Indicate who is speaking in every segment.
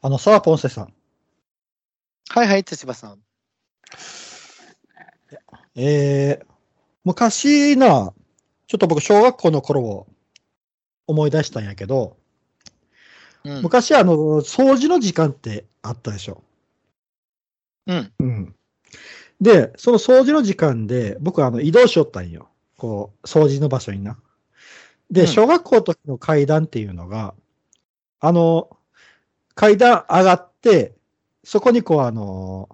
Speaker 1: あのさ、ポンセさん。
Speaker 2: はいはい、千葉さん。
Speaker 1: えー、昔な、ちょっと僕、小学校の頃を思い出したんやけど、
Speaker 2: うん。
Speaker 1: 昔、あの、掃除の時間ってあったでしょ。
Speaker 2: うん。
Speaker 1: うん。で、その掃除の時間で、僕、あの、移動しよったんよ。こう、掃除の場所にな。
Speaker 2: う
Speaker 1: で、
Speaker 2: ん
Speaker 1: 小学校の時の階段っていうのが、あの、階段上がって、そこにこう、あの、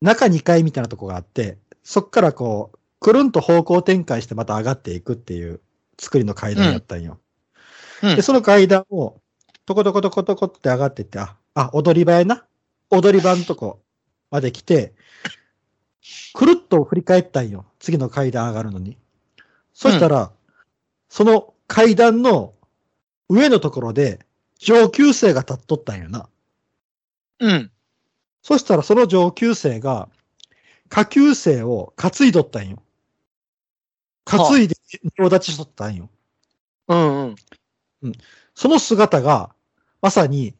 Speaker 1: 中2階みたいなとこがあって、そっからこう、くるんと方向転換してまた上がっていくっていう作りの階段やったんよ。
Speaker 2: うん
Speaker 1: で、その階段を、トコトコトコトコって上がってって、あ、あ、踊り場やな。踊り場のとこまで来て、くるっと振り返ったんよ。次の階段上がるのに。そしたら、その階段の上のところで、上級生が立っとったんよな。
Speaker 2: うん。
Speaker 1: そしたらその上級生が、下級生を担いどったんよ。担いで、両立ちしとったんよ。
Speaker 2: うんうん。
Speaker 1: その姿が、まさに、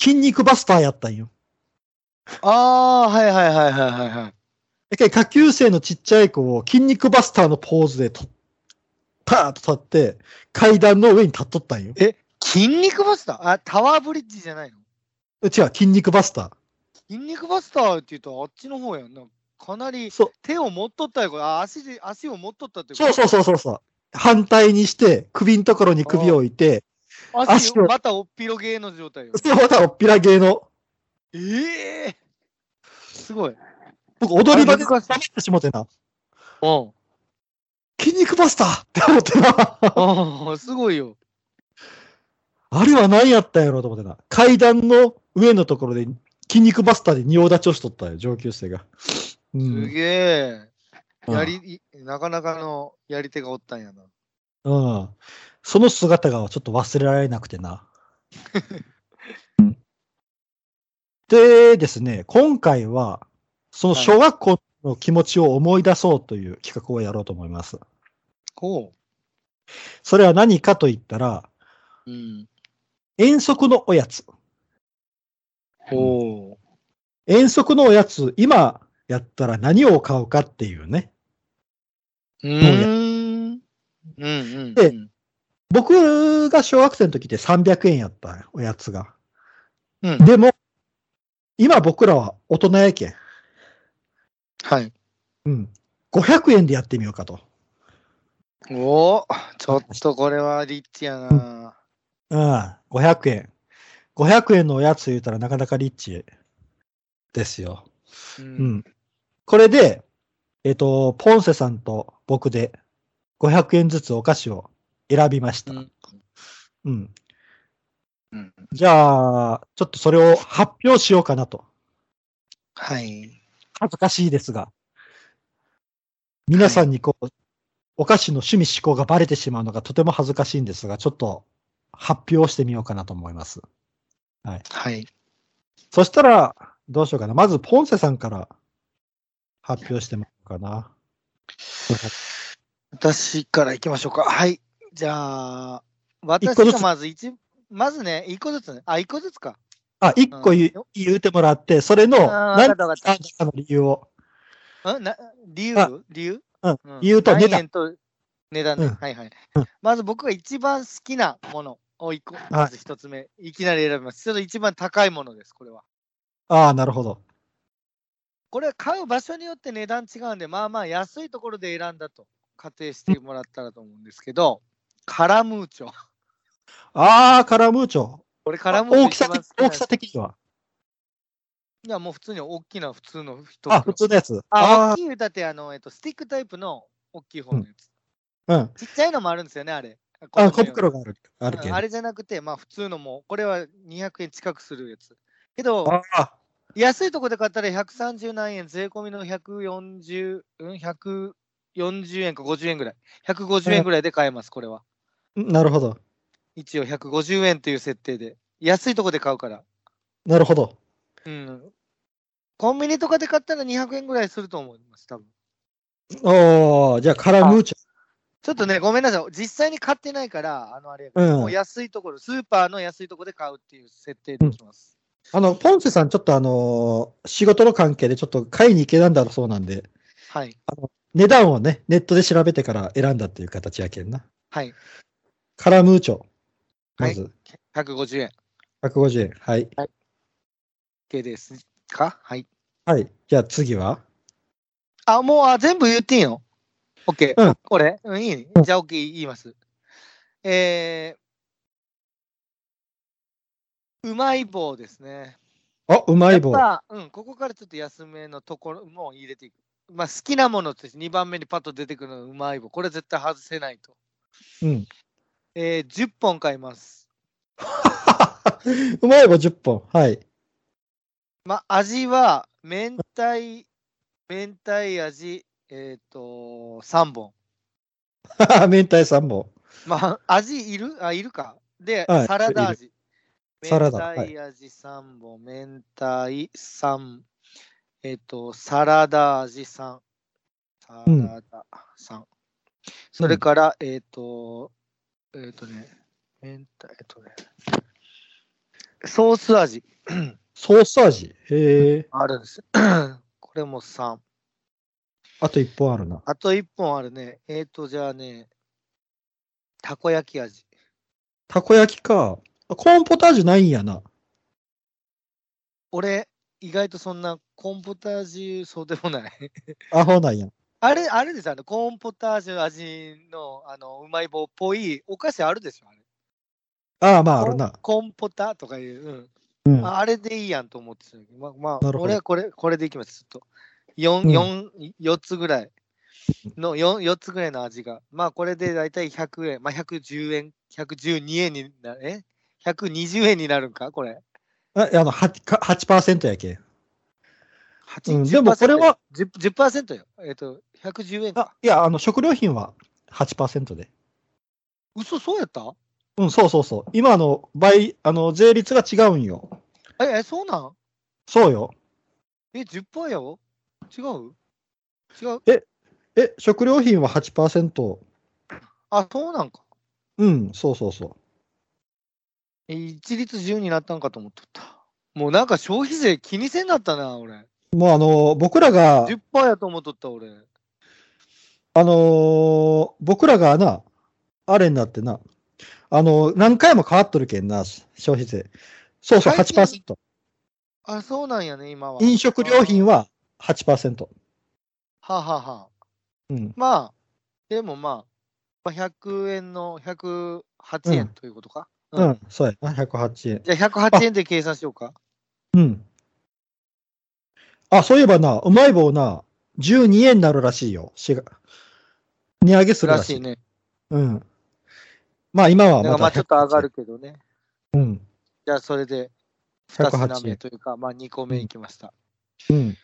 Speaker 1: 筋肉バスターやったんよ。
Speaker 2: ああー、はいはいはいはいはいはい。
Speaker 1: だけど下級生のちっちゃい子を筋肉バスターのポーズでと、パーッと立って、階段の上に立っとったんよ。
Speaker 2: え、筋肉バスターあ、タワーブリッジじゃないの
Speaker 1: 違う、筋肉バスタ
Speaker 2: 筋肉バスターっていうとあっちの方やんな。かなり
Speaker 1: ー。そう、
Speaker 2: 手を持っとったよ。あ足で、足を持っとったってこと
Speaker 1: そうそうそうそうそう。反対にして、首のところに首を置いて、
Speaker 2: 足
Speaker 1: 足を
Speaker 2: またおっぴろげーの状態よ。
Speaker 1: それまたおっぴら芸の、
Speaker 2: ええすごい。うん。
Speaker 1: 僕踊り場で
Speaker 2: あれ難しい
Speaker 1: 黙ってしもてな、
Speaker 2: あ
Speaker 1: 筋肉バスターって思ってな、
Speaker 2: あ、すごいよ。
Speaker 1: あれは何やったんやろうと思ってな、階段の上のところで筋肉バスターで仁王立ちをしとったんよ、上級生が。う
Speaker 2: す
Speaker 1: ん。
Speaker 2: げえ。
Speaker 1: うん
Speaker 2: やり、いなかなかのやり手がおったんやな。
Speaker 1: うん。その姿がちょっと忘れられなくてな。 でですね、今回は、その小学校の気持ちを思い出そうという企画をやろうと思います。
Speaker 2: こ
Speaker 1: それは何かと言ったら、
Speaker 2: う。うん。
Speaker 1: 遠足のおやつ。
Speaker 2: おう。
Speaker 1: 遠足のおやつ、今やったら何を買うかっていうね。
Speaker 2: うーん。うんうんう
Speaker 1: で
Speaker 2: ん。
Speaker 1: 僕が小学生の時って300円やったおやつが。
Speaker 2: うん。
Speaker 1: でも、今僕らは大人やけん。
Speaker 2: はい。
Speaker 1: うん。500円でやってみようかと。
Speaker 2: おお、ちょっとこれはリッチやな。
Speaker 1: うん、500円。500円のおやつ言うたらなかなかリッチですよ。
Speaker 2: う。
Speaker 1: うんん。これで、えっ、と、ポンセさんと僕で500円ずつお菓子を選びました。
Speaker 2: う
Speaker 1: うんん。
Speaker 2: うん
Speaker 1: じゃあ、ちょっとそれを発表しようかなと。
Speaker 2: はい。
Speaker 1: 恥ずかしいですが。皆さんにこう、お菓子の趣味思考がバレてしまうのがとても恥ずかしいんですが、ちょっと発表してみようかなと思います。
Speaker 2: はい。
Speaker 1: そしたら、どうしようかな。まず、ポンセさんから発表してもらおうかな。
Speaker 2: 私から行きましょうか。はい。じゃあ、私
Speaker 1: 一個ず
Speaker 2: が
Speaker 1: つ
Speaker 2: まず一、まずね、一個ずつね。あ、一個ずつか。
Speaker 1: あ、一個言,、う言うてもらって、それの、
Speaker 2: あ
Speaker 1: 何
Speaker 2: ーわかったわかった
Speaker 1: かの理由を。
Speaker 2: んな理
Speaker 1: あ
Speaker 2: 由理由
Speaker 1: うん理由と値段
Speaker 2: 何円と値段ね
Speaker 1: うん
Speaker 2: はいはい、
Speaker 1: うん
Speaker 2: まず僕が一番好きなものを一個、まず一つ目、いきなり選びます。ちょっと一番高いものです、これは。
Speaker 1: ああ、なるほど。
Speaker 2: これは買う場所によって値段違うんで、まあまあ安いところで選んだと仮定してもらったらと思うんですけど、カラムーチョ。
Speaker 1: ああ、カラムーチョ。
Speaker 2: これカラムーチョ
Speaker 1: 大き
Speaker 2: 一
Speaker 1: さ的大
Speaker 2: 番好きなんで
Speaker 1: き
Speaker 2: す
Speaker 1: さ的には。
Speaker 2: いや、もう普通に大きな普通の人。
Speaker 1: あ、普通のやつ。
Speaker 2: あ、大
Speaker 1: あ
Speaker 2: きいだって、あの、えっと、スティックタイプの大きい方のやつ。
Speaker 1: あ、うん。
Speaker 2: ちっちゃいのもあるんですよね、あれ。
Speaker 1: あ、小袋がある。あ
Speaker 2: あ
Speaker 1: るけ
Speaker 2: あれじゃなくて、まあ普通のも、これは200円近くするやつ。けど、
Speaker 1: ああ、
Speaker 2: 安いとこで買ったら130何円、税込みの140、うん、140円か50円ぐらい。150円ぐらいで買えます、これは。
Speaker 1: なるほど。
Speaker 2: 一応150円という設定で。安いとこで買うから。
Speaker 1: なるほど。
Speaker 2: うん。コンビニとかで買ったら200円ぐらいすると思います、多分。
Speaker 1: おー、じゃあカラムーチョ。
Speaker 2: ちょっとね、ごめんなさい。実際に買ってないから、あのあれやけど、
Speaker 1: うん
Speaker 2: もう安いところ、スーパーの安いところで買うっていう設定できます。
Speaker 1: あの、ポンセさん、ちょっとあのー仕事の関係でちょっと買いに行けたんだそうなんで、
Speaker 2: はい。
Speaker 1: 値段をね、ネットで調べてから選んだっていう形やけんな。
Speaker 2: はい。
Speaker 1: カラムーチョ。
Speaker 2: は
Speaker 1: ま
Speaker 2: い
Speaker 1: ず、
Speaker 2: 150円
Speaker 1: 150円。はい。
Speaker 2: 系です。かはい。
Speaker 1: はい。じゃあ次は
Speaker 2: あ、もうあ全部言っていいの ?OK。
Speaker 1: うん
Speaker 2: 俺うん、いいじゃあ OK 言います。えー、うまい棒ですね。
Speaker 1: あ、うまい棒。
Speaker 2: やっぱうん、ここからちょっと安めのところも入れていく。まあ、好きなものとして2番目にパッと出てくるのがうまい棒。これ絶対外せないと。
Speaker 1: うん。
Speaker 2: えー、10本買います。
Speaker 1: うまい棒10本。はい。
Speaker 2: まあ、味は、明太、明太味、えっ、と、3本。
Speaker 1: 明太3本。
Speaker 2: まあ、味いるあ、いるか。で、
Speaker 1: はい
Speaker 2: サラダ味。
Speaker 1: るサラダ
Speaker 2: 明太味3本、明太3、えっ、と、サラダ味3。サ
Speaker 1: うん
Speaker 2: ラダ3。それから、えっ、と、えっ、とね、明太、えっ、とね、ソース味。
Speaker 1: ソース味。へえ。
Speaker 2: あるんです。 これも3。
Speaker 1: あと1本あるな。
Speaker 2: あと1本あるね。えっ、ー、と、じゃあね、たこ焼き味。
Speaker 1: たこ焼きか。あコーンポタージュないんやな。
Speaker 2: 俺、意外とそんなコーンポタージュそうでもない。
Speaker 1: アホなんや。
Speaker 2: あれ、あれですよ、あのコーンポタージュ味のあのうまい棒っぽいお菓子あるでしょ、あれ。
Speaker 1: ああ、まああるな。
Speaker 2: コーンコーンポタとかいう、
Speaker 1: う。
Speaker 2: うんんあ。あれでいいやんと思ってたけど、まあ、まあ
Speaker 1: な、るほど
Speaker 2: 俺はこれ、これでいきます。ちょっと。
Speaker 1: うん
Speaker 2: 4、四四つぐらいの4、四つぐらいの味が。まあ、これでだいたい100円、まあ、110円、112円になる、え ?120 円になるんかこれ。
Speaker 1: ああの、8%か8%やけ。
Speaker 2: 8
Speaker 1: うんでもこれは
Speaker 2: 10%、10%よ。えっ、と、110円か。
Speaker 1: あ、いや、あの、食料品は8%で。
Speaker 2: 嘘、そうやった
Speaker 1: うん、そうそうそう。今あの倍、あの、税率が違うんよ。
Speaker 2: え、え、そうなん
Speaker 1: そうよ。
Speaker 2: え、10%やよ違う違う。
Speaker 1: え、食料品は8%。
Speaker 2: あ、そうなんか。
Speaker 1: うん、そうそうそう。
Speaker 2: え一律10になったんかと思っとった。もうなんか消費税気にせんなったな、俺。
Speaker 1: もうあの、僕らが、
Speaker 2: 10%やと思っとった、俺。
Speaker 1: あのー僕らがな、あれになってな、あの何回も変わっとるけんな、消費税。そうそう、
Speaker 2: 最近
Speaker 1: 8%。
Speaker 2: あ、そうなんやね、今は。
Speaker 1: 飲食料品は8%。
Speaker 2: はあはあはあ。
Speaker 1: うん。
Speaker 2: まあ、でもまあ、まあ100円の
Speaker 1: う
Speaker 2: 108
Speaker 1: ん
Speaker 2: 円ということか。う
Speaker 1: うん、そうやな、108円。
Speaker 2: じゃあ108円で計算しようか。
Speaker 1: うん。あ、そういえばな、うまい棒な、12円になるらしいよ。しが値上げする
Speaker 2: ら
Speaker 1: らしい。
Speaker 2: しいね。
Speaker 1: うん。まあ今はま
Speaker 2: だからまあ
Speaker 1: だ
Speaker 2: ちょっと上が
Speaker 1: る。
Speaker 2: るけどね。
Speaker 1: うん。
Speaker 2: じゃあそれで2品
Speaker 1: 108
Speaker 2: 目
Speaker 1: 円。
Speaker 2: というか、まあ2個目いきました。
Speaker 1: うん。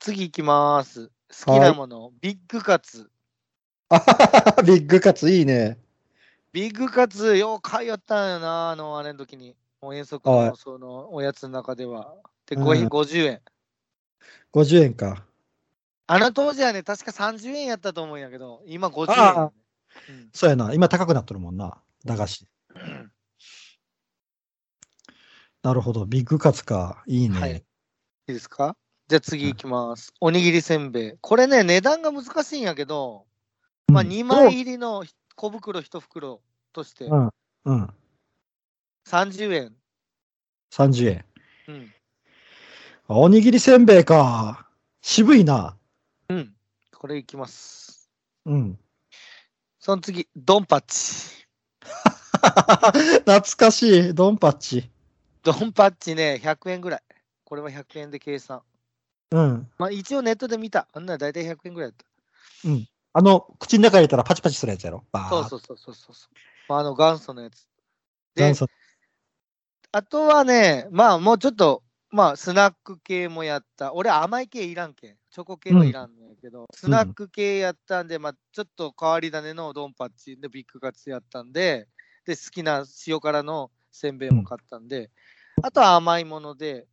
Speaker 2: 次いきます。好きなもの、ビッグカツ。
Speaker 1: あはははビッグカツいいね。
Speaker 2: ビッグカツ、よう買いよったんよな、あの、あれの時に。もう遠足
Speaker 1: はい
Speaker 2: の、その、おやつの中では。で、
Speaker 1: うん
Speaker 2: 550円。
Speaker 1: 50円か。
Speaker 2: あの当時はね、確か30円やったと思うんやけど、今50円
Speaker 1: ああ
Speaker 2: やね、うん
Speaker 1: そうやな。今高くなっとるもんな。駄菓子。なるほど。ビッグカツか。いいね。
Speaker 2: はい。いいですかじゃあ次いきます。おにぎりせんべい。これね、値段が難しいんやけど、まあ
Speaker 1: うん
Speaker 2: 2枚入りの小袋1袋として
Speaker 1: うんうん。
Speaker 2: 30円。
Speaker 1: 30円。
Speaker 2: うん。
Speaker 1: あおにぎりせんべいか。渋いな。
Speaker 2: うん。これいきます。
Speaker 1: うん。
Speaker 2: その次、ドンパチ。
Speaker 1: 懐かしい。ドンパッチ。
Speaker 2: ドンパッチね、100円ぐらい。これは100円で計算。
Speaker 1: うん。
Speaker 2: まあ一応ネットで見た。あんなら大体100円ぐらいだっ
Speaker 1: あの、口の中入れたらパチパチするやつやろ。バ
Speaker 2: た。
Speaker 1: ー
Speaker 2: そうそうそうそうそう。まあ、あの元祖のやつ。で
Speaker 1: 元、祖
Speaker 2: あとはね、まあもうちょっと、まあスナック系もやった。俺甘い系いらんけん。チョコ系はいらんのやけど、スナック系やったんで、まあちょっと変わり種のドンパッチでビッグカツやったんで、で、好きな塩辛のせんべいも買ったんで、あとは甘いもので、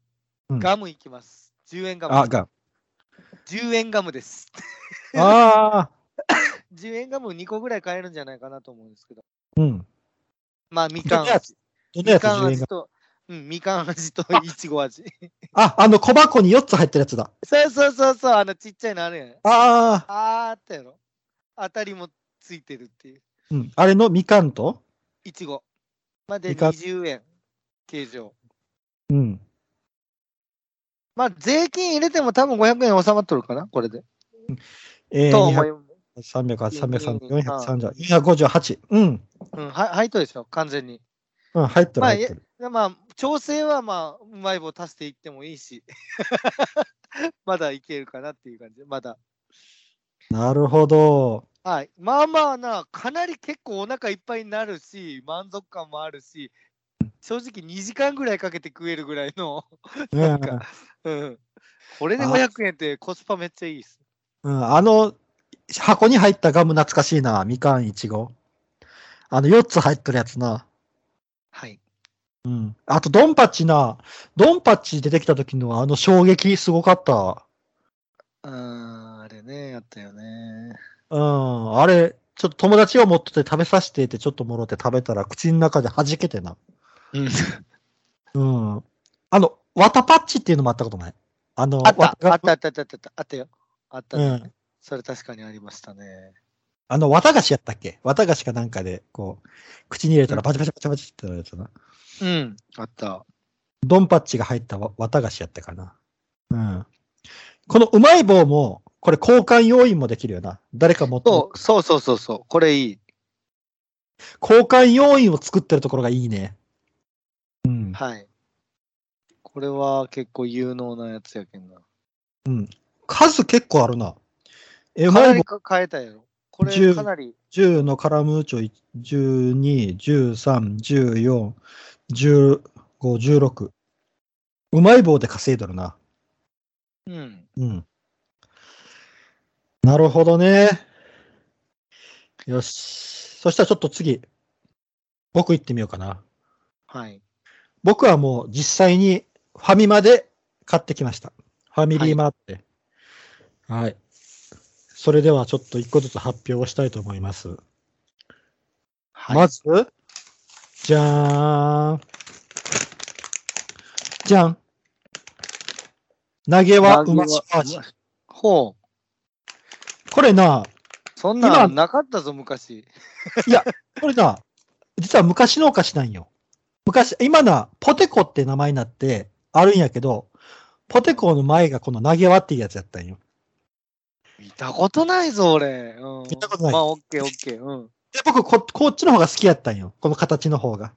Speaker 1: うん
Speaker 2: ガムいきます。10円ガム。
Speaker 1: あ、が。
Speaker 2: 10円ガムです。
Speaker 1: ああ。
Speaker 2: 10円ガム2個ぐらい買えるんじゃないかなと思うんですけど。
Speaker 1: うん。
Speaker 2: まあ、みかん
Speaker 1: どのや
Speaker 2: 味
Speaker 1: つ。どの
Speaker 2: み
Speaker 1: やつ
Speaker 2: か
Speaker 1: 10
Speaker 2: ん
Speaker 1: 円
Speaker 2: 味
Speaker 1: が。
Speaker 2: と、うん、みか ん味と
Speaker 1: あ
Speaker 2: いちご味。
Speaker 1: あ、あの小箱に4つ入ってるやつだ。
Speaker 2: そうそうそうそう、あのちっちゃいのあるやん。
Speaker 1: ああ。
Speaker 2: あーったやろ。当たりもついてるっていう。
Speaker 1: うん。あれのみかんと
Speaker 2: いちご。まで
Speaker 1: みかん
Speaker 2: 20円。形状。
Speaker 1: うん。
Speaker 2: まあ、税金入れても多分500円収まっとるかな、これで。
Speaker 1: え
Speaker 2: と
Speaker 1: ー、
Speaker 2: 思い
Speaker 1: 200、300、300、
Speaker 2: うん
Speaker 1: 430、458。うん。
Speaker 2: うん、は入っとるでしょ、完全に。
Speaker 1: うん、入ってる、
Speaker 2: まあ
Speaker 1: 入ってる。
Speaker 2: でまあ、調整はまあ、うまい棒足していってもいいし、 まだいけるかなっていう感じ、まだ。
Speaker 1: なるほど。
Speaker 2: はい。まあまあな、かなり結構お腹いっぱいになるし、満足感もあるし、正直2時間ぐらいかけて食えるぐらいの、なんか、うん。これで
Speaker 1: あ
Speaker 2: 500円ってコスパめっちゃいいっす。
Speaker 1: うん、あの、箱に入ったガム懐かしいな。みかん、いちご。あの、4つ入ってるやつな。
Speaker 2: はい。
Speaker 1: うん。あと、ドンパッチな。ドンパッチ出てきた時のあの衝撃すごかった。
Speaker 2: うーん、あれね、あったよね。
Speaker 1: うん。あれ、ちょっと友達が持ってて食べさせてってちょっともろって食べたら口の中で弾けてな。
Speaker 2: うん。
Speaker 1: うん。あの、ワタパッチっていうのもあったことない。あの、
Speaker 2: あった
Speaker 1: わ、た
Speaker 2: あった、あった、あった、あった、あったよ。あった、
Speaker 1: う
Speaker 2: ね
Speaker 1: ん。
Speaker 2: それ確かにありましたね。
Speaker 1: あの、綿菓子やったっけ綿菓子かなんかで、こう、口に入れたらバチバチバチバチってなるやつな。
Speaker 2: うん、あった。
Speaker 1: ドンパッチが入ったわ綿菓子やったかな。うん。このうまい棒も、これ交換要員もできるよな。誰か持って、
Speaker 2: そう、そうそうそうそう、これいい。
Speaker 1: 交換要員を作ってるところがいいね。うん。
Speaker 2: はい。これは結構有能なやつやけんな。
Speaker 1: 数結構あるな。え、う
Speaker 2: か
Speaker 1: ま
Speaker 2: ないり
Speaker 1: 棒
Speaker 2: か変えたやろ。これ
Speaker 1: 10
Speaker 2: かなり、
Speaker 1: 10のカラムーチョ12、13、14、15、16。うまい棒で稼いどるな。
Speaker 2: うん。
Speaker 1: うん。なるほどね。よし。そしたらちょっと次。僕行ってみようかな。
Speaker 2: はい。
Speaker 1: 僕はもう実際にファミマで買ってきました。ファミリーマートで。はい。それではちょっと一個ずつ発表をしたいと思います。
Speaker 2: はい、
Speaker 1: まず、じゃーん。じゃん。投げはうましパーチ。
Speaker 2: ほう。
Speaker 1: これな、
Speaker 2: そんなん
Speaker 1: 今
Speaker 2: なかったぞ、昔。
Speaker 1: これな、実は昔のお菓子なんよ。昔、今な、ポテコって名前になってあるんやけど、ポテコの前がこの投げ輪っていうやつやったんよ。
Speaker 2: 見たことないぞ、俺。うん、
Speaker 1: 見たことない
Speaker 2: まあ、オッケー、オッケー。うん。
Speaker 1: で、僕こ、こっちの方が好きやったんよ。この形の方が。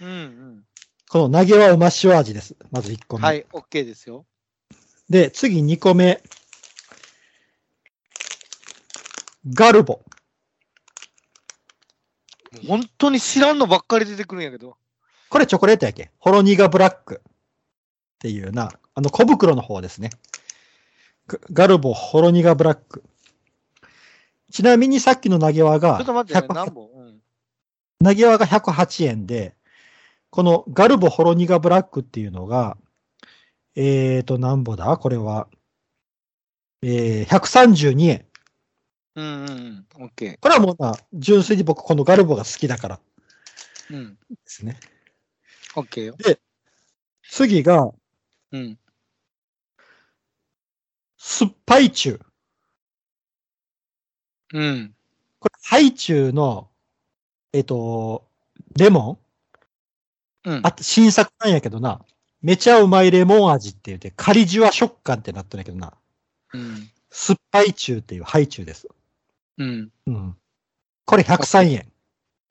Speaker 2: うん、
Speaker 1: この投げ輪うま塩味です。まず1
Speaker 2: う
Speaker 1: 個
Speaker 2: ん。
Speaker 1: 目。
Speaker 2: はい、オッケーですよ。
Speaker 1: で、次2個目。ガルボ。
Speaker 2: もう本当に知らんのばっかり出てくるんやけど。
Speaker 1: これチョコレートやけ。ホロニガブラック。っていうな、あの小袋の方ですね。ガガルボ、ホロニガブラック。ちなみにさっきの投げ輪が、
Speaker 2: ちょっと待って、ね、
Speaker 1: 100
Speaker 2: 何本、うん、
Speaker 1: 投げ輪が108円で、このガルボホロニガブラックっていうのが、えーと、何ぼだこれは。えー、132円。
Speaker 2: うんうんうん。オッケ
Speaker 1: これはもうな、純粋に僕このガルボが好きだからで
Speaker 2: ー。うん。
Speaker 1: すね。
Speaker 2: オッケーよ。
Speaker 1: 次が、
Speaker 2: うん。
Speaker 1: 酸っぱいチュー。
Speaker 2: うん。
Speaker 1: これ、ハイチュウの、えっ、と、レモ
Speaker 2: うん
Speaker 1: ンあ、新作なんやけどな。めちゃうまいレモン味って言って、カリジュワ食感ってなってるんやけどな。
Speaker 2: うん。
Speaker 1: 酸っぱいチュウっていうハイチュウです。
Speaker 2: うん。
Speaker 1: うん。これ103円。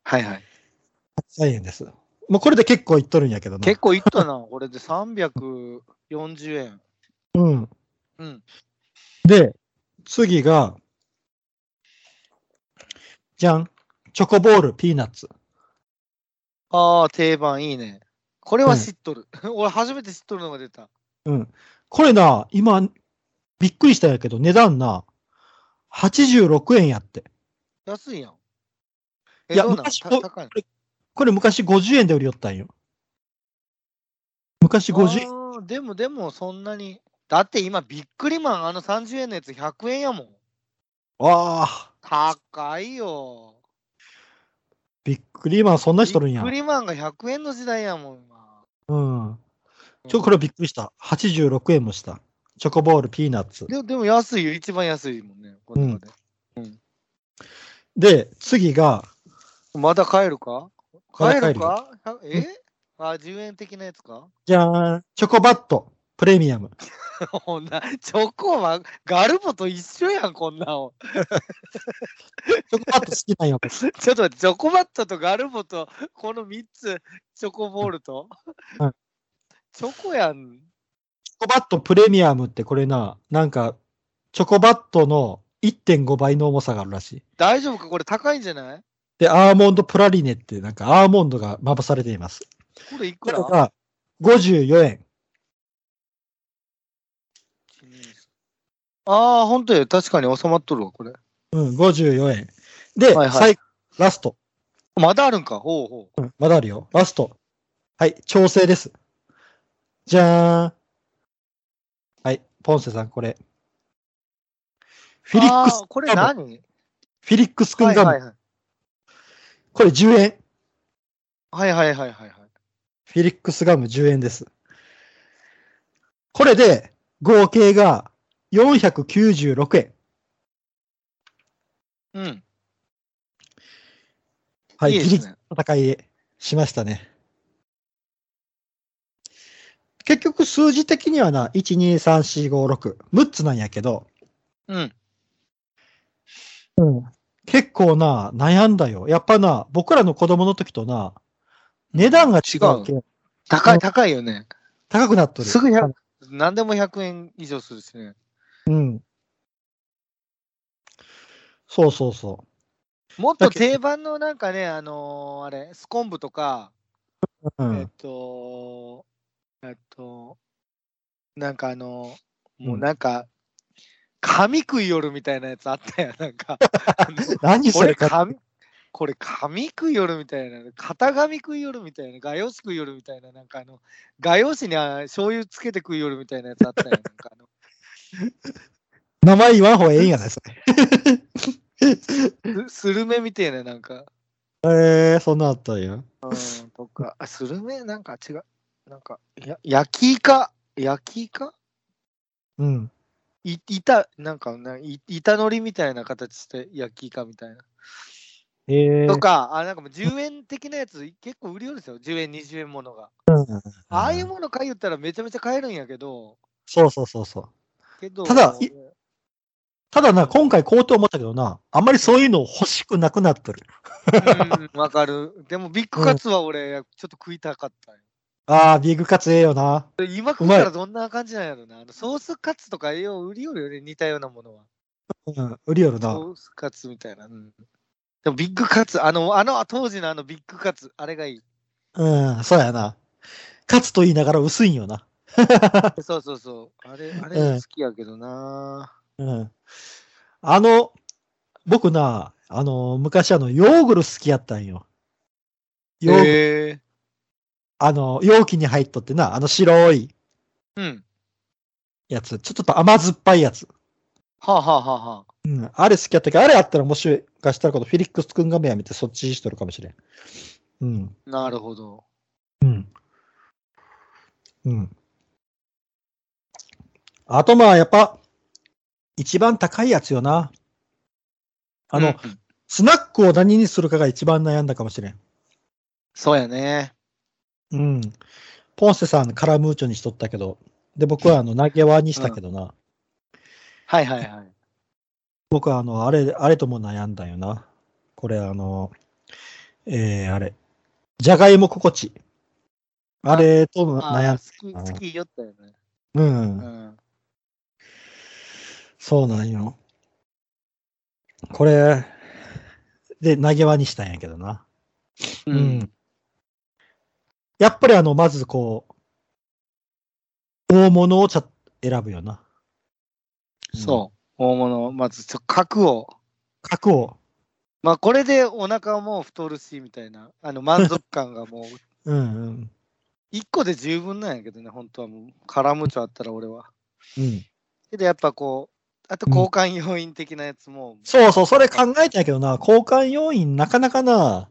Speaker 2: はいはい。
Speaker 1: 103円です。もうこれで結構いっとるんやけどな。
Speaker 2: 結構いったな、これで340円。
Speaker 1: うん。
Speaker 2: うん。
Speaker 1: で、次が、じゃん。チョコボール、ピーナッツ。
Speaker 2: ああ、定番いいね。これは知っとる。 俺初めて知っとるのが出た。
Speaker 1: うん。これな、今、びっくりしたんやけど、値段な、86円やって。
Speaker 2: 安いやん。え、
Speaker 1: いや
Speaker 2: どうなの
Speaker 1: 昔
Speaker 2: た
Speaker 1: こ
Speaker 2: 高いの
Speaker 1: これ昔50円で売りよったんよ。昔50円。
Speaker 2: あーでもでもそんなに。だって今、ビックリマン、あの30円のやつ100円やもん。
Speaker 1: ああ、
Speaker 2: 高いよ。
Speaker 1: ビックリマンそんな人いるんや
Speaker 2: ビック。リマンが100円の時代やもん、今。
Speaker 1: うん。ちょ、これびっくりした。86円もした。チョコボール、ピーナッツ。
Speaker 2: ででも安いよ、一番安いもんね。この中で
Speaker 1: で、次が、
Speaker 2: まだ帰るか
Speaker 1: まだ
Speaker 2: 帰
Speaker 1: 帰るよ
Speaker 2: るか100え、あ、10円的なやつか
Speaker 1: じゃーん、チョコバット、プレミアム。
Speaker 2: こんな、チョコはガルボと一緒やん、こんなん。
Speaker 1: チョコバット好きなんよ。
Speaker 2: ちょっと待って、チョコバットとガルボと、この3つ、チョコボールと
Speaker 1: うん。
Speaker 2: チョコやん。
Speaker 1: チョコバットプレミアムってこれな、なんか、チョコバットの1.5倍の重さがあるらしい。
Speaker 2: 大丈夫かこれ高いんじゃない
Speaker 1: で、アーモンドプラリネって、なんかアーモンドがまぶされています。
Speaker 2: これいく
Speaker 1: これ
Speaker 2: ら
Speaker 1: が54円。
Speaker 2: ああ、本当や。確かに収まっとるわ、これ。
Speaker 1: うん、54円。で、
Speaker 2: はいはい
Speaker 1: 最後ラスト。
Speaker 2: まだあるんかほうほう。
Speaker 1: うんまだあるよ。ラスト。はい、調整です。じゃーん。はい、ポンセさん、これ。フィリック
Speaker 2: あ
Speaker 1: ス
Speaker 2: ー、これ何
Speaker 1: フィリックス君
Speaker 2: はい
Speaker 1: が、
Speaker 2: はいはい。
Speaker 1: これ10円。
Speaker 2: はいはいはいはいはい。
Speaker 1: フィリックスガム10円です。これで合計が496円。
Speaker 2: うん。
Speaker 1: はい、
Speaker 2: いい
Speaker 1: ギリ
Speaker 2: で
Speaker 1: ギ
Speaker 2: す
Speaker 1: リ
Speaker 2: ね。
Speaker 1: の戦いしましたね。結局数字的にはな、1、2、3、4、5、6、6つなんやけど、
Speaker 2: うん。
Speaker 1: 結構な、悩んだよ。やっぱな、僕らの子供の時とな、値段が違うけん
Speaker 2: 高
Speaker 1: うん
Speaker 2: い、高いよね。
Speaker 1: 高くなっとる。
Speaker 2: すぐ100、何でも100円以上するしね。
Speaker 1: うん。そうそうそう。
Speaker 2: もっと定番のなんかね、あのーあれ、スコンブとか、
Speaker 1: うん
Speaker 2: えっと、えっと、なんかあの、もううんなんか、紙食いよるみたいなやつあったよ、なんか。
Speaker 1: 何そ
Speaker 2: これ
Speaker 1: れか。
Speaker 2: 紙、これ紙食いよるみたいな、型紙食いよるみたいな、画用紙食いよるみたいな、なんかあの、画用紙にあ醤油つけて食いよるみたいなやつあったよ、なんかあの。
Speaker 1: 名前言わん方がええんやないそ
Speaker 2: すスルメみたいな、なんか。
Speaker 1: れ。えー、そんなんあったんや。
Speaker 2: うん、とか、あ、スルメなんか違う。なんか、や焼きイカ、焼きイカ
Speaker 1: うん。
Speaker 2: い板、なんかな、い板のりみたいな形して焼きイカみたいな。
Speaker 1: えー、
Speaker 2: とか、あ、なんかもう10円的なやつ結構売りよるんですよ。10円、20円ものが。ああいうもの買いよったらめちゃめちゃ買えるんやけど、
Speaker 1: そうそうそうそう。
Speaker 2: けど、
Speaker 1: ただい
Speaker 2: い
Speaker 1: ただな、今回こうと思ったけどな、あんまりそういうの欲しくなくなってる。
Speaker 2: うんわかる。でもビッグカツは俺、ちょっと食いたかったよ。
Speaker 1: あー、ビッグカツええよな。
Speaker 2: で今食った
Speaker 1: うま
Speaker 2: ら
Speaker 1: い
Speaker 2: どんな感じなんやろな。あのソースカツとかよう売りよるよね、似たようなものは。
Speaker 1: うん、売りよるな。
Speaker 2: ソースカツみたいな。うんでもビッグカツ、あの、あの当時のあのビッグカツ、あれがいい。
Speaker 1: うん、そうやな。カツと言いながら薄いんよな。
Speaker 2: そうそうそう。あれ、あれ
Speaker 1: うん
Speaker 2: 好きやけどな。
Speaker 1: うん。あの、僕な、あの、昔あの、ヨーグル好きやったんよ。ヨーグル、
Speaker 2: へえ
Speaker 1: あの、容器に入っとってな、あの白い
Speaker 2: うん。
Speaker 1: やつ、ちょっと甘酸っぱいやつ。
Speaker 2: はあ、はあはあはあ、
Speaker 1: うん、あれ好きやったけど、あれあったらもしかしたらこのフィリックス君が目やめてそっちしとるかもしれん。うん。
Speaker 2: なるほど。
Speaker 1: うん。うん。あとまあやっぱ、一番高いやつよな。あの、
Speaker 2: うん、
Speaker 1: スナックを何にするかが一番悩んだかもしれん。
Speaker 2: そうやね。
Speaker 1: うん。ポンセさんカラムーチョにしとったけど、で僕はあの投げ輪にしたけどな。
Speaker 2: はいはい はい。
Speaker 1: 僕はあの、あれ、あれとも悩んだんよな。これあの、えー、あれ。じゃがいも心地。あれとも
Speaker 2: あ
Speaker 1: 悩
Speaker 2: あ
Speaker 1: ん、
Speaker 2: 好き、好きよったよね。
Speaker 1: うん
Speaker 2: う。ん。
Speaker 1: そうなんよ。これ、で、投げ輪にしたんやけどな。
Speaker 2: う
Speaker 1: う。。やっぱりあの、まずこう、大物をちゃ選ぶよな。
Speaker 2: そう。大物、まず、ちょ核を。
Speaker 1: うん。角を。
Speaker 2: まあ、これでお腹も太るし、みたいな。あの、満足感がもう、
Speaker 1: うんうん。
Speaker 2: 1個で十分なんやけどね、本当はもう。カラムーチョあったら俺は。
Speaker 1: うん。
Speaker 2: けどやっぱこう、あと交換要因的なやつも、
Speaker 1: そうそう、それ考えたけどな、交換要因なかなかな、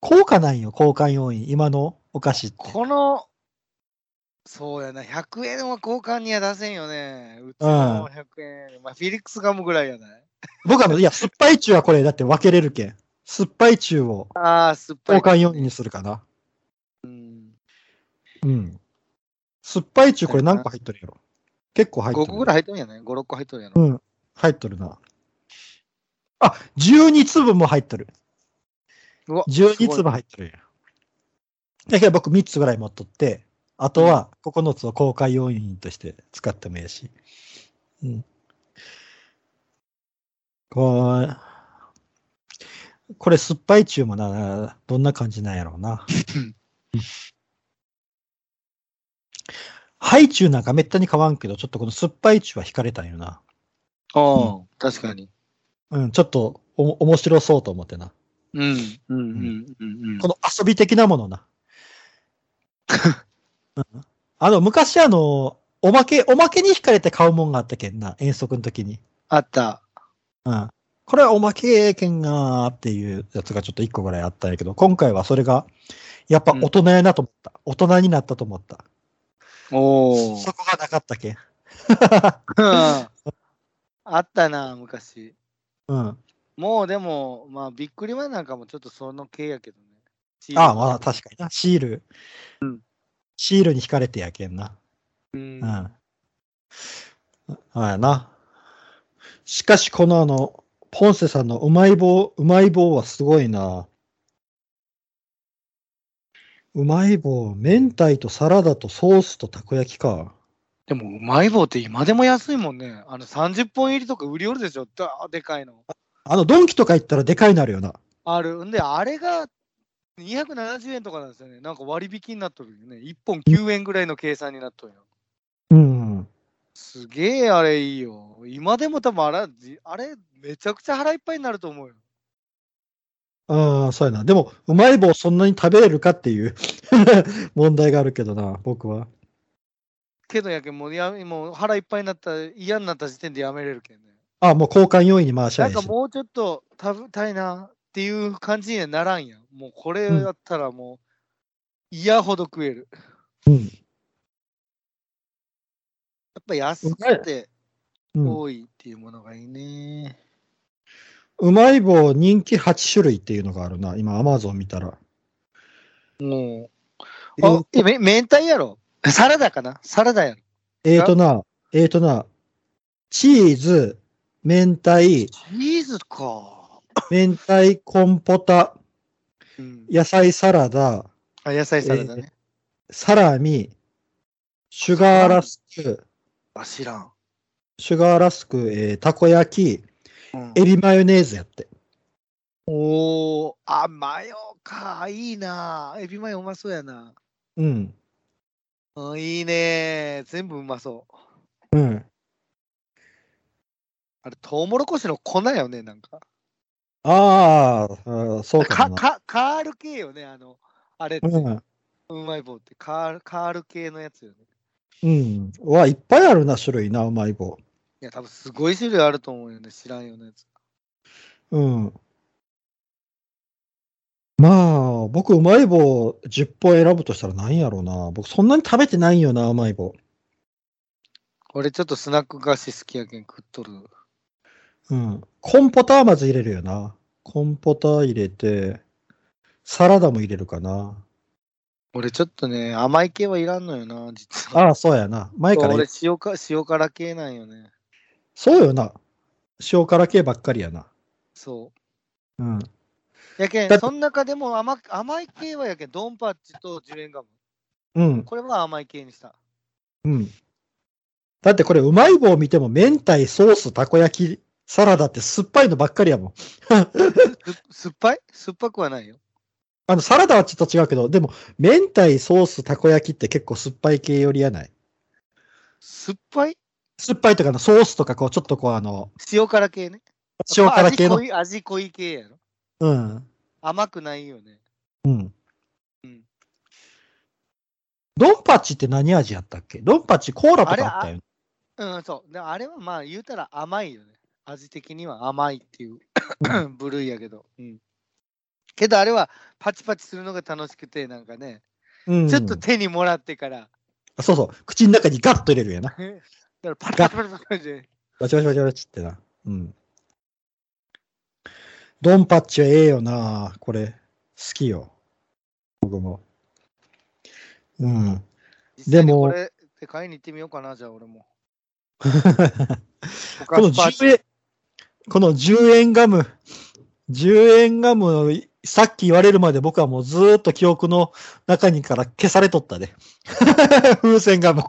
Speaker 1: 効果ないよ、交換要因、今のお菓子って。
Speaker 2: この、そうやな、100円は交換には出せんよね。うち
Speaker 1: うん
Speaker 2: の100円、まあ、フィリックスガムぐらいやない。
Speaker 1: 僕は、いや、酸っぱい中はこれ、だって分けれるけん。酸っぱい中を
Speaker 2: ああ、酸っぱい。
Speaker 1: 交換要因にするかな。
Speaker 2: うん、
Speaker 1: うん。酸っぱい中これ何個入っとるやろ結構入っと
Speaker 2: 5
Speaker 1: る。
Speaker 2: 個ぐらい入っとるんやない ?5、6個入っとるんや
Speaker 1: う
Speaker 2: ろ。
Speaker 1: ん入っとるな。あ、12粒も入っとる。
Speaker 2: うわ
Speaker 1: 12粒入っとるやん。だけど僕3つぐらい持っとって、あとは9つを公開要因として使ってもいいし。うん。こう、これ酸っぱい中もな、どんな感じなんやろう な。ハイチュウなんかめったに買わんけど、ちょっとこの酸っぱい中は惹かれたんよな。
Speaker 2: ああ、確かに。
Speaker 1: うん、ちょっとお面白そうと思ってな。
Speaker 2: うん、うん、うん、うん。うん
Speaker 1: この遊び的なもの な。うんあの、昔あの、おまけ、おまけに惹かれて買うもんがあったけんな、遠足の時に。
Speaker 2: あった。
Speaker 1: うん。これはおまけけんがーっていうやつがちょっと一個ぐらいあったんやけど、今回はそれが、やっぱ大人やなと思った。大人になったと思った。
Speaker 2: おお。
Speaker 1: そこがなかったけん。
Speaker 2: あったな、昔。
Speaker 1: うん。
Speaker 2: もうでも、まあ、びっくりマンなんかもちょっとその系やけどね。
Speaker 1: ああ、まあ確かにな。シール。シールに惹かれてやけんな。
Speaker 2: に。
Speaker 1: う
Speaker 2: うん
Speaker 1: ん。あやな。しかし、このあの、ポンセさんのうまい棒、うまい棒はすごいな。うまい棒、明太とサラダとソースとたこ焼きか。
Speaker 2: でも、うまい棒って今でも安いもんね。あの、30本入りとか売り寄るでしょ。だーでかいの。
Speaker 1: あの、ドンキとか行ったらでかいなるよな。
Speaker 2: ある。んで、あれが270円とかなんですよね。なんか割引になっとるよね。1本9円ぐらいの計算になっとるよ。
Speaker 1: うん。
Speaker 2: すげえあれいいよ。今でも多分あれ、じあれめちゃくちゃ腹いっぱいになると思うよ。
Speaker 1: ああ、そうやな。でも、うまい棒そんなに食べれるかっていう 問題があるけどな、僕は。
Speaker 2: けどやけんもうやもう腹いっぱいになった嫌になった時点でやめれるけんね。
Speaker 1: ああ、もう交換要因に回しゃ
Speaker 2: ないん
Speaker 1: い
Speaker 2: か
Speaker 1: し。
Speaker 2: もうちょっと食べたいなっていう感じにはならんやん。もうこれ
Speaker 1: うん
Speaker 2: やったらもう嫌ほど食える。
Speaker 1: うん。
Speaker 2: やっぱ安くて
Speaker 1: うん
Speaker 2: 多いっていうものがいいね。
Speaker 1: うまい棒人気8種類っていうのがあるな。今、アマゾン見たら。え
Speaker 2: もう。あ
Speaker 1: ー、
Speaker 2: え、め明太やろサラダかなサラダやろ。
Speaker 1: えーとな、えーとな、チーズ、明 太、
Speaker 2: チーズか。
Speaker 1: 明太コンポタ、
Speaker 2: うん、
Speaker 1: 野菜サラダ、
Speaker 2: あ野菜サラダね。
Speaker 1: サラミ、シュガーラスク、
Speaker 2: あ、知らん。
Speaker 1: シュガーラスク、えーたこ焼き、
Speaker 2: うん
Speaker 1: エビマヨネーズやって。
Speaker 2: おー、あ、マヨか。いいな。エビマヨうまそうやな。
Speaker 1: うん。
Speaker 2: うん、いいね。全部うまそう。
Speaker 1: うん。
Speaker 2: あれ、トウモロコシの粉よね、なんか。
Speaker 1: あーあー、そうか
Speaker 2: か、
Speaker 1: もな。
Speaker 2: か、カール系よね、あの、あれって、う
Speaker 1: うん。
Speaker 2: まい棒って、カール、カール系のやつよね。
Speaker 1: うん。うわ、いっぱいあるな、種類な、うまい棒。
Speaker 2: いや、多分すごい種類あると思うよね、知らんようなやつ。
Speaker 1: うん。まあ、僕、うまい棒10本選ぶとしたら何やろうな。僕、そんなに食べてないんよな、うまい棒。
Speaker 2: 俺、ちょっとスナック菓子好きやけん食っとる。
Speaker 1: うん。コンポタはまず入れるよな。コンポタ入れて、サラダも入れるかな。
Speaker 2: 俺、ちょっとね、甘い系はいらんのよな、実は。
Speaker 1: ああ、そうやな。前から言
Speaker 2: 俺
Speaker 1: う。
Speaker 2: 塩か、塩辛系なんよね。
Speaker 1: そうよな。塩辛系ばっかりやな。
Speaker 2: そ
Speaker 1: うん。
Speaker 2: う。や
Speaker 1: だ
Speaker 2: けん、
Speaker 1: って
Speaker 2: その中でも甘甘い系はやけん、ドンパッチとジュレンガム。
Speaker 1: うん。
Speaker 2: これは甘い系にした。
Speaker 1: うん。だってこれ、うまい棒見ても、明太、ソース、たこ焼き、サラダって酸っぱいのばっかりやもん。
Speaker 2: す酸っぱい酸っぱくはないよ。
Speaker 1: あの、サラダはちょっと違うけど、でも、明太、ソース、たこ焼きって結構酸っぱい系よりやない。
Speaker 2: 酸っぱい
Speaker 1: 酸っぱいとかのソースとか、こう、ちょっとこう、あの、
Speaker 2: 塩辛系ね。
Speaker 1: 塩辛系の
Speaker 2: 味。濃い味濃い系やろ。
Speaker 1: うん。
Speaker 2: 甘くないよね。
Speaker 1: うん。
Speaker 2: うん、
Speaker 1: ドンパチって何味やったっけドンパチコーラとかあったよね。
Speaker 2: うん、そう。であれはまあ言うたら甘いよね。味的には甘いっ ていう部類やけど。うん。けどあれはパチパチするのが楽しくて、なんかね、
Speaker 1: うん
Speaker 2: ちょっと手にもらってから、
Speaker 1: あそうそう。口の中にガッと入れるんやな。
Speaker 2: だからパチパチパチパチで。
Speaker 1: バチバチバチバチってな。うん。ドンパッチはええよな。これ、好きよ。僕も。うん。
Speaker 2: 実際に
Speaker 1: でも
Speaker 2: これで買いに行ってみようかな、じゃあ 俺も。
Speaker 1: この10円、この10円ガム、10円ガム、さっき言われるまで僕はもうずーっと記憶の中にから消されとったで。 風船ガム。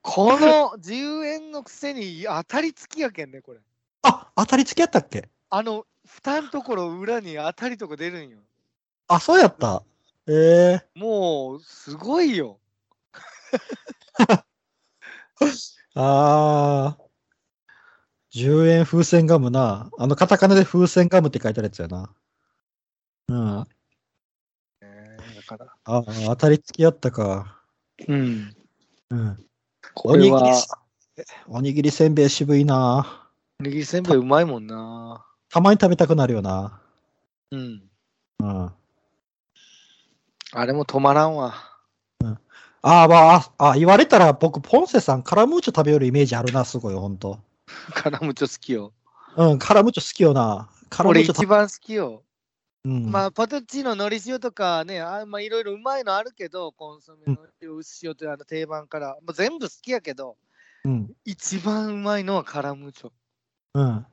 Speaker 2: この10円のくせに当たり付きやけんね、これ。
Speaker 1: あ、当たり付きやったっけ
Speaker 2: あの、蓋のところ裏に当たりとか出るんよ。
Speaker 1: あ、そうやった。ええ
Speaker 2: もう、すごいよ。
Speaker 1: あー。10円風船ガムな。あの、カタカナで風船ガムって書いてあるやつやな。うん。あ
Speaker 2: だから。
Speaker 1: あ、当たり付きやったか。
Speaker 2: うん。
Speaker 1: うん。
Speaker 2: これは、
Speaker 1: おにぎりせんべい渋いな。
Speaker 2: おにぎりせんべいうまいもんな。
Speaker 1: たまに食べたくなるよな。
Speaker 2: うん。
Speaker 1: うん。あ
Speaker 2: あれも止まらんわ。
Speaker 1: あ、まあ、あ、言われたら僕、ポンセさん、カラムーチョ食べよるイメージあるな、すごい、ほんと。
Speaker 2: カラムチョ好きよ。
Speaker 1: うん、カラムーチョ好きよな。カラム
Speaker 2: 俺
Speaker 1: ーチョ
Speaker 2: 一
Speaker 1: 食
Speaker 2: 番好きよ。
Speaker 1: べ、うん、
Speaker 2: まあ、パトチーノのり塩とかね、あまあ、いろいろうまいのあるけど、コンソメのり塩というあの定番から、まあ、全部好きやけど、
Speaker 1: うん。
Speaker 2: 一番うまいのはカラムチョ。
Speaker 1: うん。
Speaker 2: うん、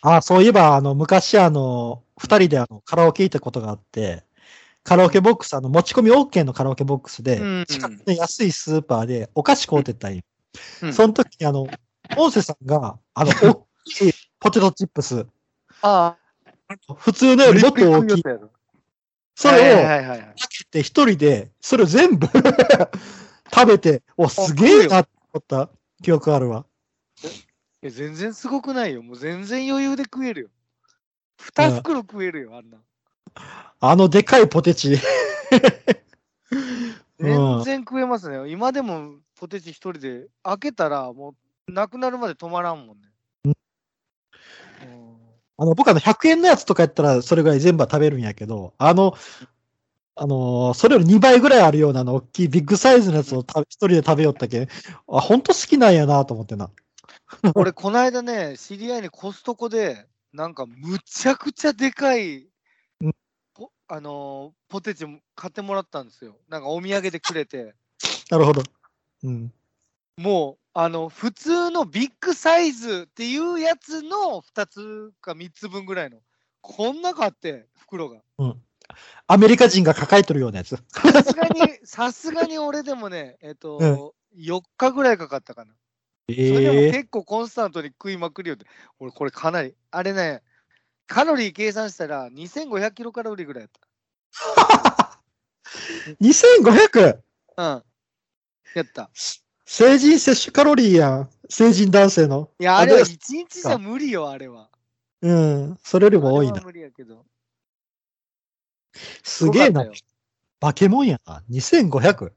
Speaker 1: あそういえば、あの、昔、あの、二人であのカラオケ行ったことがあって、カラオケボックス、あの、持ち込み OK のカラオケボックスで、
Speaker 2: うん
Speaker 1: 近くの安いスーパーでお菓子買うてったんよ。
Speaker 2: うん
Speaker 1: その時に、あの、ポンセさんが、あの、大きいポテトチップス、
Speaker 2: あ
Speaker 1: 普通の
Speaker 2: あ、
Speaker 1: よりもっ と大きい、それを、
Speaker 2: はいはいはいはい、
Speaker 1: で、一人で、それを全部 食べて、お、すげえなって思った記憶あるわ。
Speaker 2: いや全然すごくないよ。もう全然余裕で食えるよ。二袋食えるよ、あんな。
Speaker 1: あのでかいポテ チ。うん
Speaker 2: 全然食えますね。今でもポテチ一人で開けたらもうなくなるまで止まらんもんね。うん
Speaker 1: あの、僕あの、100円のやつとかやったら、それぐらい全部は食べるんやけど、あの、あのーそれより2倍ぐらいあるような、あの、大きいビッグサイズのやつをた一人で食べよったけん、あ、ほんと好きなんやなと思ってな。
Speaker 2: 俺、この間ね、知り合いにコストコで、なんかむちゃくちゃでかい、
Speaker 1: うん
Speaker 2: ポあのーポテチも買ってもらったんですよ。なんかお土産でくれて。
Speaker 1: なるほど。うん。
Speaker 2: もう、あの、普通のビッグサイズっていうやつの2つか3つ分ぐらいの。こんな買って、袋が。
Speaker 1: アメリカ人が抱えとるようなやつ。
Speaker 2: さす がに、さすがに俺でもね、えっと、4日ぐらいかかったかな。それでも
Speaker 1: ええ
Speaker 2: 結構コンスタントに食いまくるよって。俺、これかなり、あれね、カロリー計算したら2500キロカロリーぐらいやっ
Speaker 1: 2500!
Speaker 2: た。うん。やった。
Speaker 1: 成人摂取カロリーやん。成人男性の。
Speaker 2: いや、あれは
Speaker 1: で
Speaker 2: 1日じゃ無理よ、あれは。
Speaker 1: うん。それよりも多い
Speaker 2: あれ
Speaker 1: な
Speaker 2: は。無理やけど。
Speaker 1: すげえ
Speaker 2: す
Speaker 1: な
Speaker 2: ごかっ。
Speaker 1: バケモンやな。2500。
Speaker 2: たよ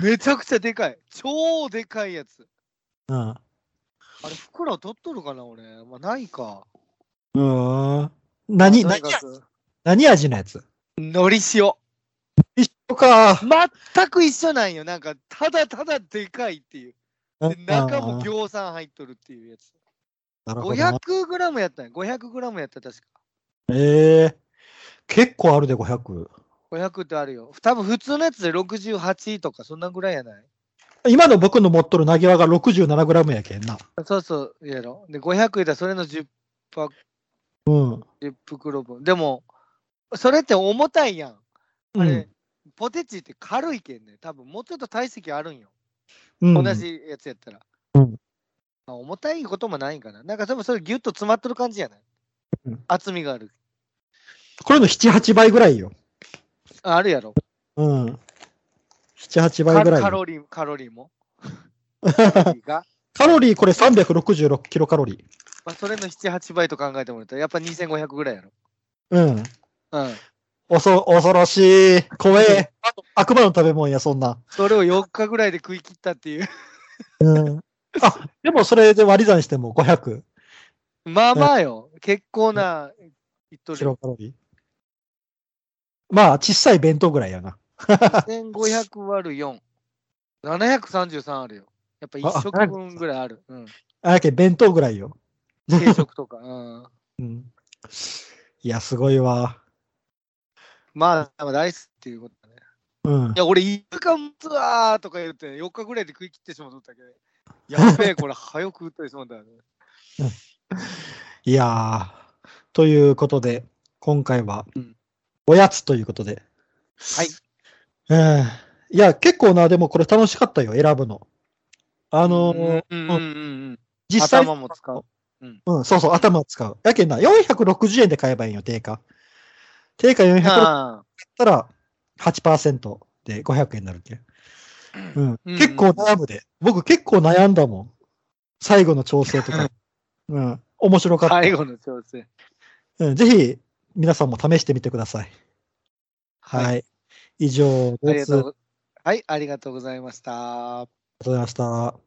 Speaker 2: めちゃくちゃでかい。超でかいやつ。
Speaker 1: うん。う
Speaker 2: あれ、袋取っとるかな、俺。まあ、ないか。
Speaker 1: ーん。何、
Speaker 2: とに
Speaker 1: 何
Speaker 2: かく
Speaker 1: 何味のやつ
Speaker 2: のり塩。
Speaker 1: 一緒か。
Speaker 2: 全く一緒なんよ。なんか、ただただでかいっていう。
Speaker 1: う
Speaker 2: で
Speaker 1: ん
Speaker 2: 中も餃子入っとるっていうやつ。
Speaker 1: なるほどな。
Speaker 2: 500グラムやったんや。500グラムやった、確か。
Speaker 1: ええ結構あるで、500。
Speaker 2: 500ってあるよ。多分普通のやつで68とか、そんなぐらいやない
Speaker 1: 今の僕の持っとる投げ輪が 67g やけんな。
Speaker 2: そうそう、やろ。で、500言ったらそれの 10, パック
Speaker 1: うん。
Speaker 2: 10袋分。でも、それって重たいやん。あれ、
Speaker 1: うん
Speaker 2: ポテチって軽いけんね。多分もうちょっと体積あるんよ。
Speaker 1: うん。
Speaker 2: 同じやつやったら。
Speaker 1: うん
Speaker 2: まあ、重たいこともないんかな。なんかでもそれギュッと詰まってる感じやない、
Speaker 1: うん
Speaker 2: 厚みがある。
Speaker 1: これの7、8倍ぐらいよ。
Speaker 2: ああるやろ。
Speaker 1: うん。7、8
Speaker 2: カ
Speaker 1: 倍ぐらい
Speaker 2: カ
Speaker 1: よ。
Speaker 2: ロリー、カロリー も。カロリーが。
Speaker 1: カロリー、これ366キロカロリ
Speaker 2: まあ、それの7、8倍と考えてもらったら、やっぱ2500ぐらいやろ。
Speaker 1: ー。うん。
Speaker 2: うん。
Speaker 1: おそ、恐ろしい。怖え。悪魔の食べ物や、そんな。
Speaker 2: それを4日ぐらいで食い切ったっていう。
Speaker 1: うん。あ、でもそれで割り算しても500
Speaker 2: まあまあよ。結構な、いっと
Speaker 1: キ
Speaker 2: るよ。
Speaker 1: ロカロリー。まあ、小さい弁当ぐらいやな。
Speaker 2: 1500割る4。733あるよ。やっぱ1食分ぐらいある。 うん。
Speaker 1: あやけん弁当ぐらいよ。
Speaker 2: 定食とか。うん。
Speaker 1: うん。いや、すごいわ。
Speaker 2: まあ、ライスっていうことだね。
Speaker 1: うん
Speaker 2: い。や、俺、1週間持つわーとか言って、4日ぐらいで食い切ってしまうとったけど、やべえ、 これ、早く食ったりしまうんだよね。
Speaker 1: いやー。ということで、今回は
Speaker 2: うん、
Speaker 1: おやつということで。
Speaker 2: はい。
Speaker 1: うん。いや、結構な、でもこれ楽しかったよ、選ぶの。あのー
Speaker 2: うんうんうんうん。
Speaker 1: 実際、
Speaker 2: 頭も使う。
Speaker 1: うん、そうそう、頭を使う。やけんな、460円で買えばいいよ、定価。定価460円だっ
Speaker 2: あ
Speaker 1: たら8%で500円になるけん。うん、
Speaker 2: うん
Speaker 1: 結構悩むで。僕結構悩んだもん。最後の調整と か。うん、面 白か
Speaker 2: あ
Speaker 1: った。
Speaker 2: 最後の調整。
Speaker 1: うん、ぜひ、皆さんも試してみてください。はい。
Speaker 2: は
Speaker 1: 以上
Speaker 2: あり
Speaker 1: で
Speaker 2: が
Speaker 1: す。ありがと
Speaker 2: とう
Speaker 1: う
Speaker 2: ご。はい、ありがとうございました。
Speaker 1: ございました。